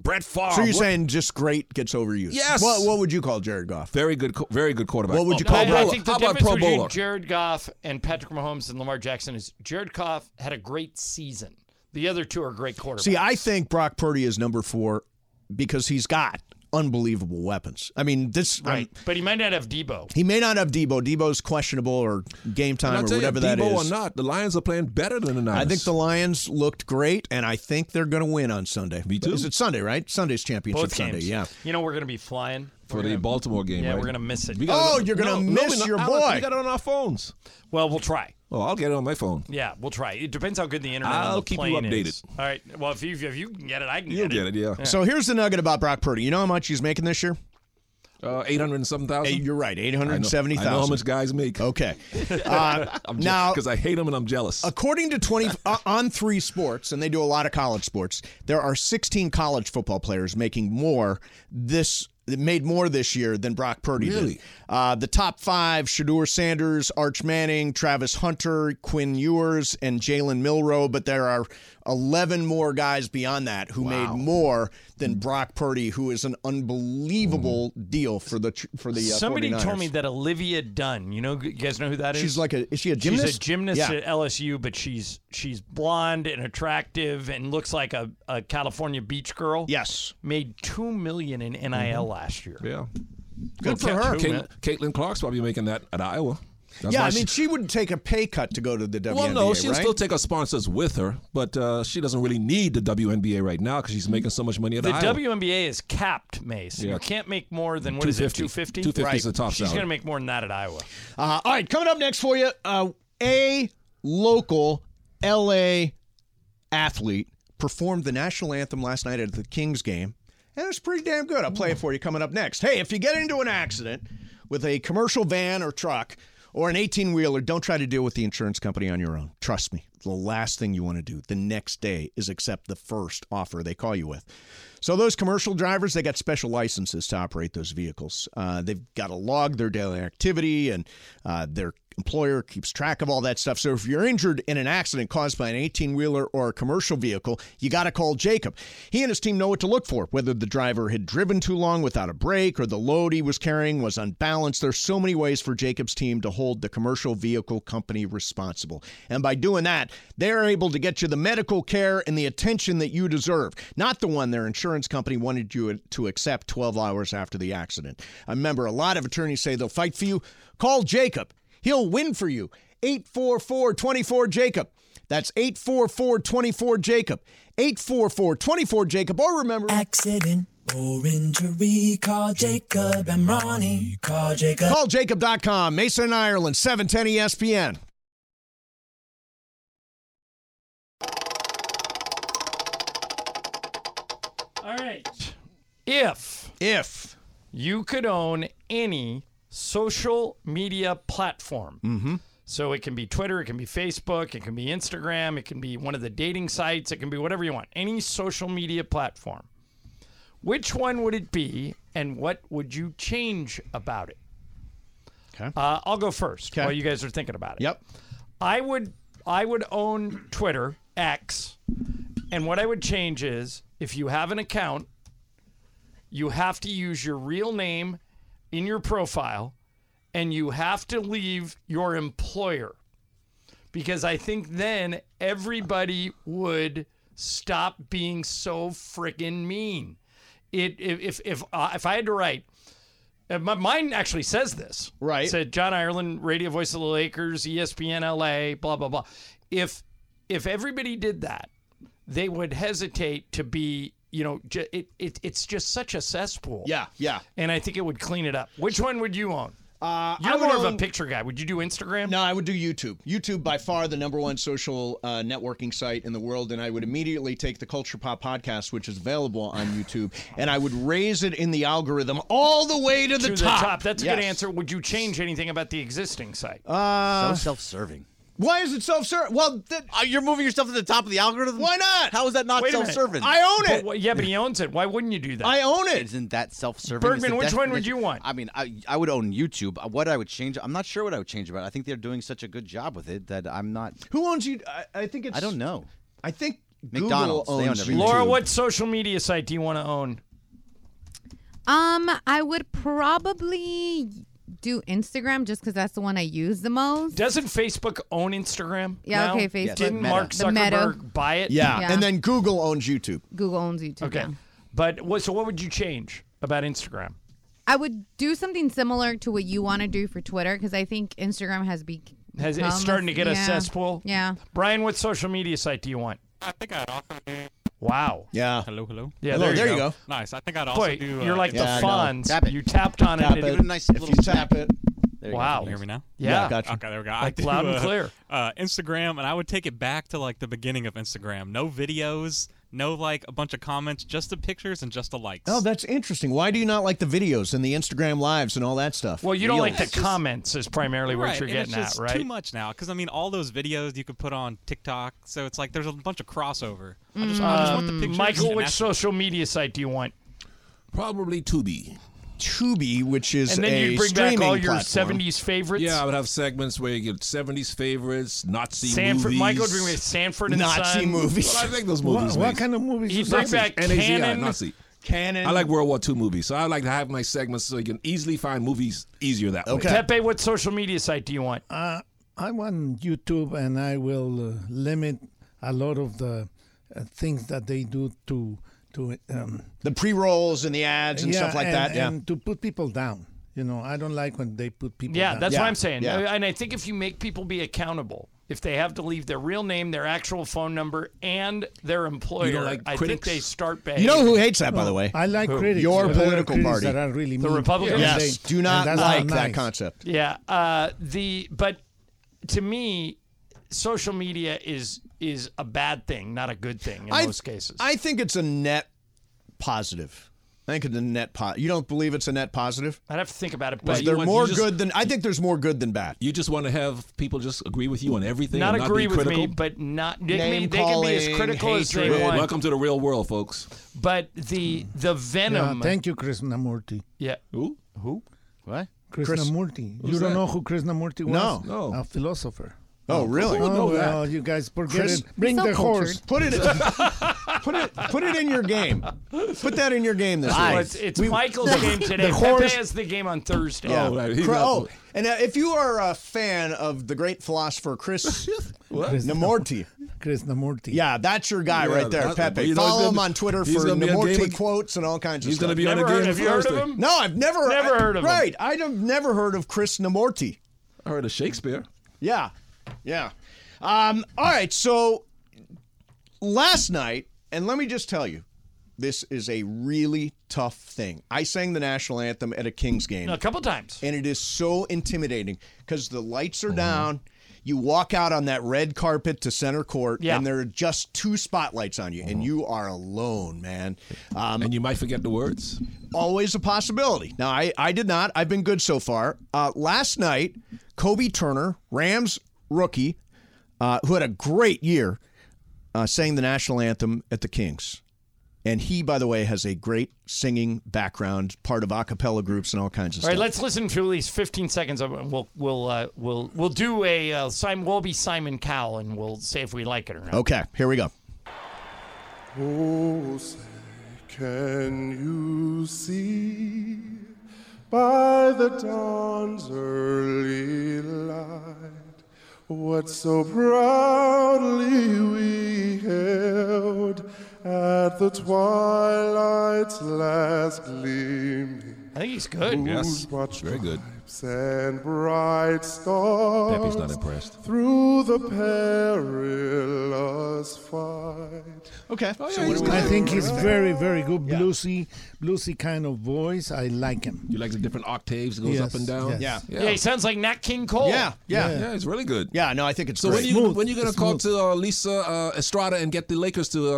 Brett Favre?
so you're
What-
saying just great gets overused?
Yes.
What What would you call Jared Goff?
very good, co- very good quarterback.
What would you
No,
call
I,
Pro
I
Bowler.
think the
How about
difference
Pro
between
Bowler?
Jared Goff and Patrick Mahomes and Lamar Jackson is Jared Goff had a great season. The other two are great quarterbacks.
See, I think Brock Purdy is number four because he's got unbelievable weapons. I mean, this
right,
I'm-
but he might not have Debo.
he may not have Debo. Debo's questionable or game
And
time
I'll
or
tell you,
whatever that
Debo
is.
or not, the Lions are playing better than the Niners.
I think the Lions looked great, and I think they're going to win on Sunday.
Me too.
Is it Sunday, right? Sunday's championship
Both
Sunday.
games.
Yeah.
You know we're going to be flying.
for the Baltimore game.
Yeah,
right?
we're going to miss it.
We got
Oh,
it-
you're gonna
no,
miss
no, we not-
your
Alan,
boy.
We got it on our phones.
well, we'll try.
Oh, I'll get it on my phone.
Yeah, we'll try. It depends how good the internet on
I'll
the
keep you
plane
updated.
is. All right. Well, if you if you can get it, I can
You'll get it. Yeah,
So here's the nugget about Brock Purdy. You know how much he's making this year?
uh, eight hundred and something
Eight,
thousand.
you're right, eight
I
hundred
know-
and seventy
I know how much
thousand.
guys make.
Okay. Uh, Oh. now,
because I hate them and I'm jealous.
according to twenty uh, on three sports, and they do a lot of college sports. There are sixteen college football players making more this that made more this year than Brock Purdy
Really?
did. Uh, the top five: Shador Sanders, Arch Manning, Travis Hunter, Quinn Ewers, and Jalen Milrow. But there are eleven more guys beyond that who made more than Brock Purdy, who is an unbelievable deal for the tr- for the. Uh,
Somebody
49ers.
told me that Olivia Dunn. You know, you guys know who that is.
She's like a- is she a
She's a
gymnast?
gymnast
Yeah.
at LSU, but she's she's blonde and attractive and looks like a, a California beach girl.
Yes, Mm-hmm.
made two million in NIL last year.
Yeah,
Good for her.
Caitlin, Caitlin Clark's probably making that at Iowa. That's
yeah,
why
I mean, she, would take a pay cut to go to the WNBA.
well, no, she'll
right?
still take her sponsors with her, but uh, she doesn't really need the WNBA right now because she's making so much money at
The
Iowa.
WNBA is capped, Mace.
Yeah.
You can't make more than what is it, 250?
250? 250 is the top
She's
salary.
going to make more than that at Iowa.
Uh, all right, coming up next for you, uh, a local LA athlete performed the national anthem last night at the Kings game, and it's pretty damn good. I'll play it for you coming up next. Hey, if you get into an accident with a commercial van or truck or an 18 wheeler, don't try to deal with the insurance company on your own. Trust me, the last thing you want to do the next day is accept the first offer they call you with. So those commercial drivers, they got special licenses to operate those vehicles. Uh, they've got to log their daily activity, and uh, their employer keeps track of all that stuff. So if you're injured in an accident caused by an 18 wheeler or a commercial vehicle, you got to call Jacob. He and his team know what to look for, whether the driver had driven too long without a break or the load he was carrying was unbalanced. There's so many ways for Jacob's team to hold the commercial vehicle company responsible. And by doing that, they're able to get you the medical care and the attention that you deserve, not the one their insurance company wanted you to accept 12 hours after the accident. I remember a lot of attorneys say they'll fight for you. Call Jacob. He'll win for you. 844 24 Jacob. That's 844 24 Jacob. 844 24 Jacob. Or remember.
Accident or injury, call Jacob and Ronnie. Call Jacob.
Call Jacob.com, Mason in Ireland, E 710 ESPN.
All right. If
if
you could own any social media platform.
Mm-hmm.
So it can be Twitter, it can be Facebook, it can be Instagram, it can be one of the dating sites, it can be whatever you want. Any social media platform. Which one would it be and what would you change about it?
Okay.
Uh, I'll go first while you guys are thinking about it. Yep. I would I would own Twitter X, and what I would change is if you have an account, you have to use your real name in your profile, and you have to leave your employer, because I think then everybody would stop being so freaking mean. It if if if, uh, if I had to write uh, my, mine actually says this. Right. It said John Ireland, Radio Voice of the Lakers, E ESPN LA, blah blah blah. If if everybody did that, they would hesitate to be. You know, j- it, it it's just such a cesspool.
Yeah, yeah.
And I think it would clean it up. Which one would you own?
Uh,
You're
I would
more of a
own-
picture guy. Would you do Instagram?
No, I would do YouTube. YouTube by far the number one social uh, networking site in the world, and I would immediately take the Culture Pop podcast, which is available on YouTube, and I would raise it in the algorithm all the way to the
To
top.
That's a
Yes.
good answer. Would you change anything about the existing site?
Uh,
self-serving.
Why is it self-serving? Well, th-
you're moving yourself to the top of the algorithm.
Why not?
How is that not
Wait a minute.
self-serving?
I own But it. wh- yeah, but he owns it. Why wouldn't you do that? I own it.
Isn't that self-serving?
Bergman,
It's the
which one would
definition-
you want?
I mean, I I would own YouTube. Uh, What I would change, I'm not sure what I would change about. it. I think they're doing such a good job with it that I'm not.
Who owns you? I, I think it's.
I don't know.
I think
McDonald's.
Google
they own
owns
everything.
Laura, what social media site do you want to own?
Um, I would probably do Instagram just because that's the one I use the most.
Doesn't Facebook own Instagram?
Yeah,
now?
okay, Facebook.
Didn't
Meta.
Mark
The Meta.
Zuckerberg buy it?
Yeah, Yeah. and
then Google owns YouTube.
Google owns YouTube.
Okay,
now.
but what, so what would you change about Instagram?
I would do something similar to what you want to do for Twitter because I think Instagram has be
Has
become
it's starting to get a
yeah,
cesspool?
Yeah.
Brian, what social media site do you want?
I think I'd also do.
Wow.
Yeah.
Hello, hello.
Yeah, Hello, there you there you go. go.
Nice. I think I'd also
Boy,
do. uh,
you're like
yeah, I
the
know.
Fonz.
Tap it.
You tapped on
Tap
it.
it.
and
Give it a nice If little you tap
it.
There you
wow.
go. Can you hear me now?
Yeah.
Okay, there we go. I
Like
do,
loud
uh,
and clear.
Uh, Instagram, and I would take it back to like the beginning of Instagram. No videos, no like a bunch of comments, just the pictures and just the likes.
Oh, that's interesting. Why do you not like the videos and the Instagram lives and all that stuff?
Well, you don't like the
It's just-
comments is primarily what
right,
you're
and it's
getting at,
just
right?
Too much now, because I mean, all those videos you could put on TikTok, so it's like there's a bunch of crossover. I just, I just want the
Um,
pictures.
Michael,
and
which
that's-
social media site do you want?
Probably Tubi.
Tubi, which is
And then
a
you'd bring back
streaming
all your
platform.
70s favorites.
Yeah, I would have segments where you get 70s favorites, Nazi
Sanford,
movies.
Michael would bring me Sanford and Son.
Well, I like those movies.
What- what
mate.
kind of movies He'd was bring Nazi? back
NAZI,
Cannon.
Nazi.
Cannon.
I like World War II movies, so I like to have my segments so you can easily find movies easier that way.
Pepe, what social media site do you want?
Uh, I want YouTube, and I will uh, limit a lot of the uh, things that they do to to um,
the pre rolls and the ads and
yeah,
stuff like
and-
that. Yeah.
and to put people down. You know, I don't like when they put people.
Yeah,
down.
that's what I'm saying. And I think if you make people be accountable, if they have to leave their real name, their actual phone number, and their employer,
like
I think
critics?
they start behaving.
You know who hates that, by the way?
I like
Who?
critics.
Your
but there are
political
critics
party.
that are really
The
mean.
Republicans?
And
Yes.
they-
Do
And
not
that's
like
not
that
nice.
concept.
Yeah. Uh, the but to me, social media is is a bad thing, not a good thing in
I,
most cases.
I think it's a net positive. I think it's a net po You don't believe it's a net positive?
I'd have to think about it,
But
but
they're
want-
more
you just-
good than I think. There's more good than bad.
You just want to have people just agree with you on everything.
not
and not
agree
be
with me,
critical?
but not they, can be- they can be as
Name-calling,
critical as they
hatred.
want.
Welcome to the real world, folks.
But the the venom.
Yeah, thank you, Krishnamurti.
Yeah.
Who?
Who?
What?
Krishnamurti.
Who's
you don't
that?
know who Krishnamurti
No.
was?
No.
A philosopher.
Oh, really? Who would
Oh,
know that?
well, you guys forget
Chris-
it. Bring
So
the horse.
cultured. Put it- put it- put it in your game. Put that in your game this
Well,
week.
it's it's
We-
Michael's game today.
The horse-
Pepe has the game on Thursday.
Yeah. Cr- oh, and uh, if you are a fan of the great philosopher Chris Namorti,
Krishnamurti.
yeah, that's your guy
Yeah,
right there,
that- but
Pepe.
you know,
Follow
he's
him
gonna-
on Twitter
he's
for
gonna be on Game
Namorti
of-
quotes and all kinds of
he's
stuff.
gonna be on Never the heard- Game have of you heard of Thursday. him?
No, I've never
Never
I-
heard of him.
Right, I've never heard of Chris Namorti.
I heard of Shakespeare.
Yeah, yeah. Um, all right, so last night, and let me just tell you, this is a really tough thing. I sang the national anthem at a Kings game
a couple times,
and it is so intimidating because the lights are down. You walk out on that red carpet to center court,
Yeah.
and there are just two spotlights on you, and you are alone, man. Um,
and you might forget the words.
Always a possibility. Now, I, I did not. I've been good so far. Uh, last night, Kobe Turner, Rams rookie, uh, who had a great year, uh, sang the national anthem at the Kings. And he, by the way, has a great singing background, part of a cappella groups and all kinds
All
of stuff.
right, let's listen to at least 15 seconds of it. and We'll we'll uh, we'll we'll do a uh, Simon. We'll be Simon Cowell, and we'll say if we like it or not.
Okay, here we go.
Oh, say, can you see by the dawn's early light what so proudly we hailed at the twilight's last gleaming?
I think he's good.
Whose
Yes.
watchful
Very good.
Stripes and bright stars.
Pepe's not impressed.
Through the perilous fight.
Okay.
I think he's very, very good. Bluesy, bluesy kind of voice. I like him.
You like the different octaves that goes
Yes,
up and down?
yes.
Yeah. he sounds like Nat King Cole.
Yeah, yeah,
Yeah, it's really good.
Yeah, no, I think it's
So
great.
when you when you gonna call to uh, Lisa uh, Estrada and get the Lakers to? Uh, give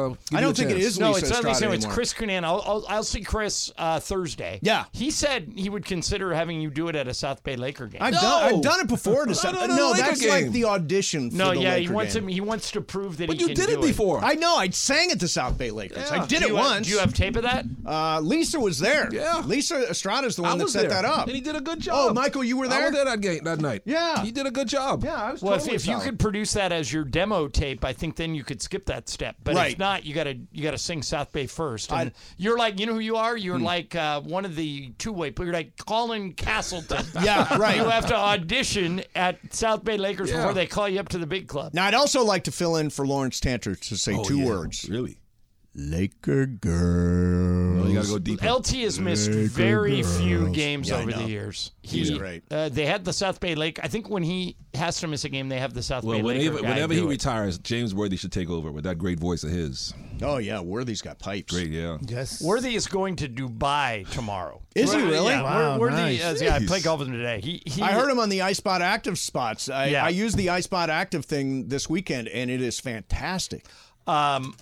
you a chance?
No, it's not Lisa. It's Chris Cunan. I'll, I'll I'll see Chris uh, Thursday.
Yeah.
he said he would consider having you do it at a South Bay Laker game.
I've, done, I've done it before. To
No,
some,
no,
no,
no, Laker
that's
game.
like the audition. For
No,
the
yeah, he
Laker
wants
game.
him. He wants to prove that
But
he
you
can
did
do
it before. I know. I sang at the South Bay Lakers. I did
Do
it
you have-
once.
do you have tape of that?
Uh, Lisa was there. Yeah. Lisa Estrada's the
I
one that
was
set
there,
that up.
and he did a good job.
Oh, Michael, you were
I
there.
was there that game that night.
Yeah.
he did a good job.
Yeah, I was.
Well,
totally
if, if you
solid.
could produce that as your demo tape, I think then you could skip that step. But
Right.
if not, you gotta you gotta sing South Bay first. And you're like, you know who you are?
Hmm.
You're like uh, one of the two way. You're like Colin Castleton.
Yeah, right.
You have to audition at South Bay Lakers
Yeah.
before they call you up to the big club.
Now, I'd also like to fill in for Lawrence Tanter to say two words.
Oh, Really?
Laker girl.
you gotta go deep.
LT has missed
Laker
very
girls.
few games
Yeah, I
over
know.
the years.
He's great.
Uh, they had the South Bay Lake. I think when he has to miss a game, they have the South
Well,
Bay Lake.
whenever, whenever he retires, James Worthy should take over with that great voice of his.
Oh yeah, Worthy's got pipes.
Great, yeah.
Yes.
Worthy is going to Dubai tomorrow.
Is he really?
Yeah,
Wow,
Worthy
nice.
is- yeah, I
Jeez.
played golf with him today. He, he
I heard him on the iSpot Active spots. I,
Yeah.
I used the iSpot Active thing this weekend, and it is fantastic.
Um,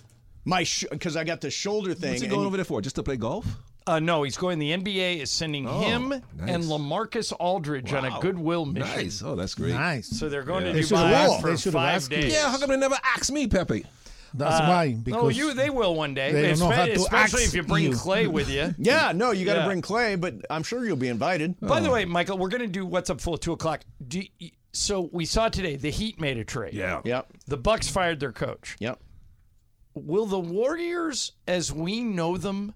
my because I got the shoulder thing.
What's he
and-
going over
there for? Just to play golf?
Uh, no, he's going. The NBA is sending
Oh,
him
nice.
and Lamarcus Aldridge on a
Wow.
goodwill mission.
Nice. Oh, that's great. Nice.
So they're going
Yeah.
to
They should've
Dubai
asked-
for
they should've
five
asked me.
days.
Yeah, how come they never asked me, Pepe?
That's why,
oh,
because
you they will one day,
they don't know
Espe-
how to
especially
ask
if you bring
you.
Clay with you.
Yeah, no, you got to
Yeah.
bring Clay, but I'm sure you'll be invited. Oh.
By the way, Michael, we're going to do what's up full at two o'clock. Do you- so we saw today the Heat made a trade.
Yeah. Yep.
The Bucks fired their coach.
Yep.
Will the Warriors, as we know them,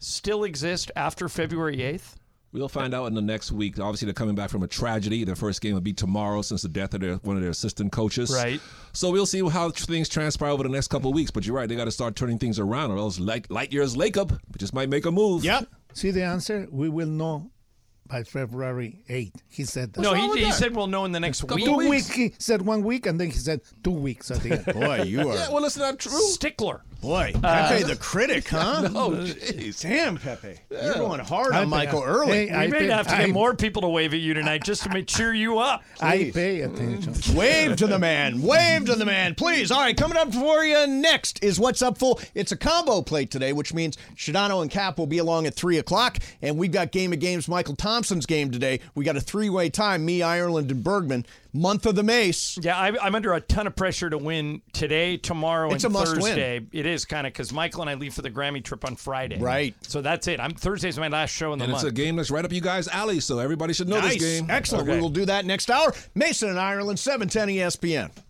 still exist after February eighth?
We'll find out in the next week. Obviously, they're coming back from a tragedy. Their first game will be tomorrow since the death of their, one of their assistant coaches.
Right.
So we'll see how things transpire over the next couple of weeks. But you're right, they got to start turning things around, or else light, light years Lake up just might make a move. Yep.
See the answer? We will know by February 8th. He said that.
No, he, he said we'll know in the next week.
two weeks. He said one week, and then he said two weeks at the end.
well, it's not true. Oh,
Stickler.
Boy,
Uh,
Pepe the critic, huh?
No,
Damn, Pepe. You're going hard
I
on
pay-
Michael early.
Hey,
uh,
we may have to get more people to wave at you tonight just to make, cheer you up.
I pay attention.
Wave to the man. Wave to the man, please. All right, coming up for you next is What's Up Full. It's a combo plate today, which means Shadano and Cap will be along at 3 o'clock. And we've got Game of Games, Michael Thompson's game today. We got a three way tie, me, Ireland, and Bergman. Month of the Mace.
Yeah, I, I'm under a ton of pressure to win today, tomorrow,
It's
and
a must win.
Thursday. It is kind of because Michael and I leave for the Grammy trip on Friday.
Right.
So that's it. I'm Thursday's my last show in the
And it's
month.
a game that's right up you guys' alley, so everybody should know
nice.
this game.
E Excellent. We will do that next hour. Mason and Ireland, 710 ESPN.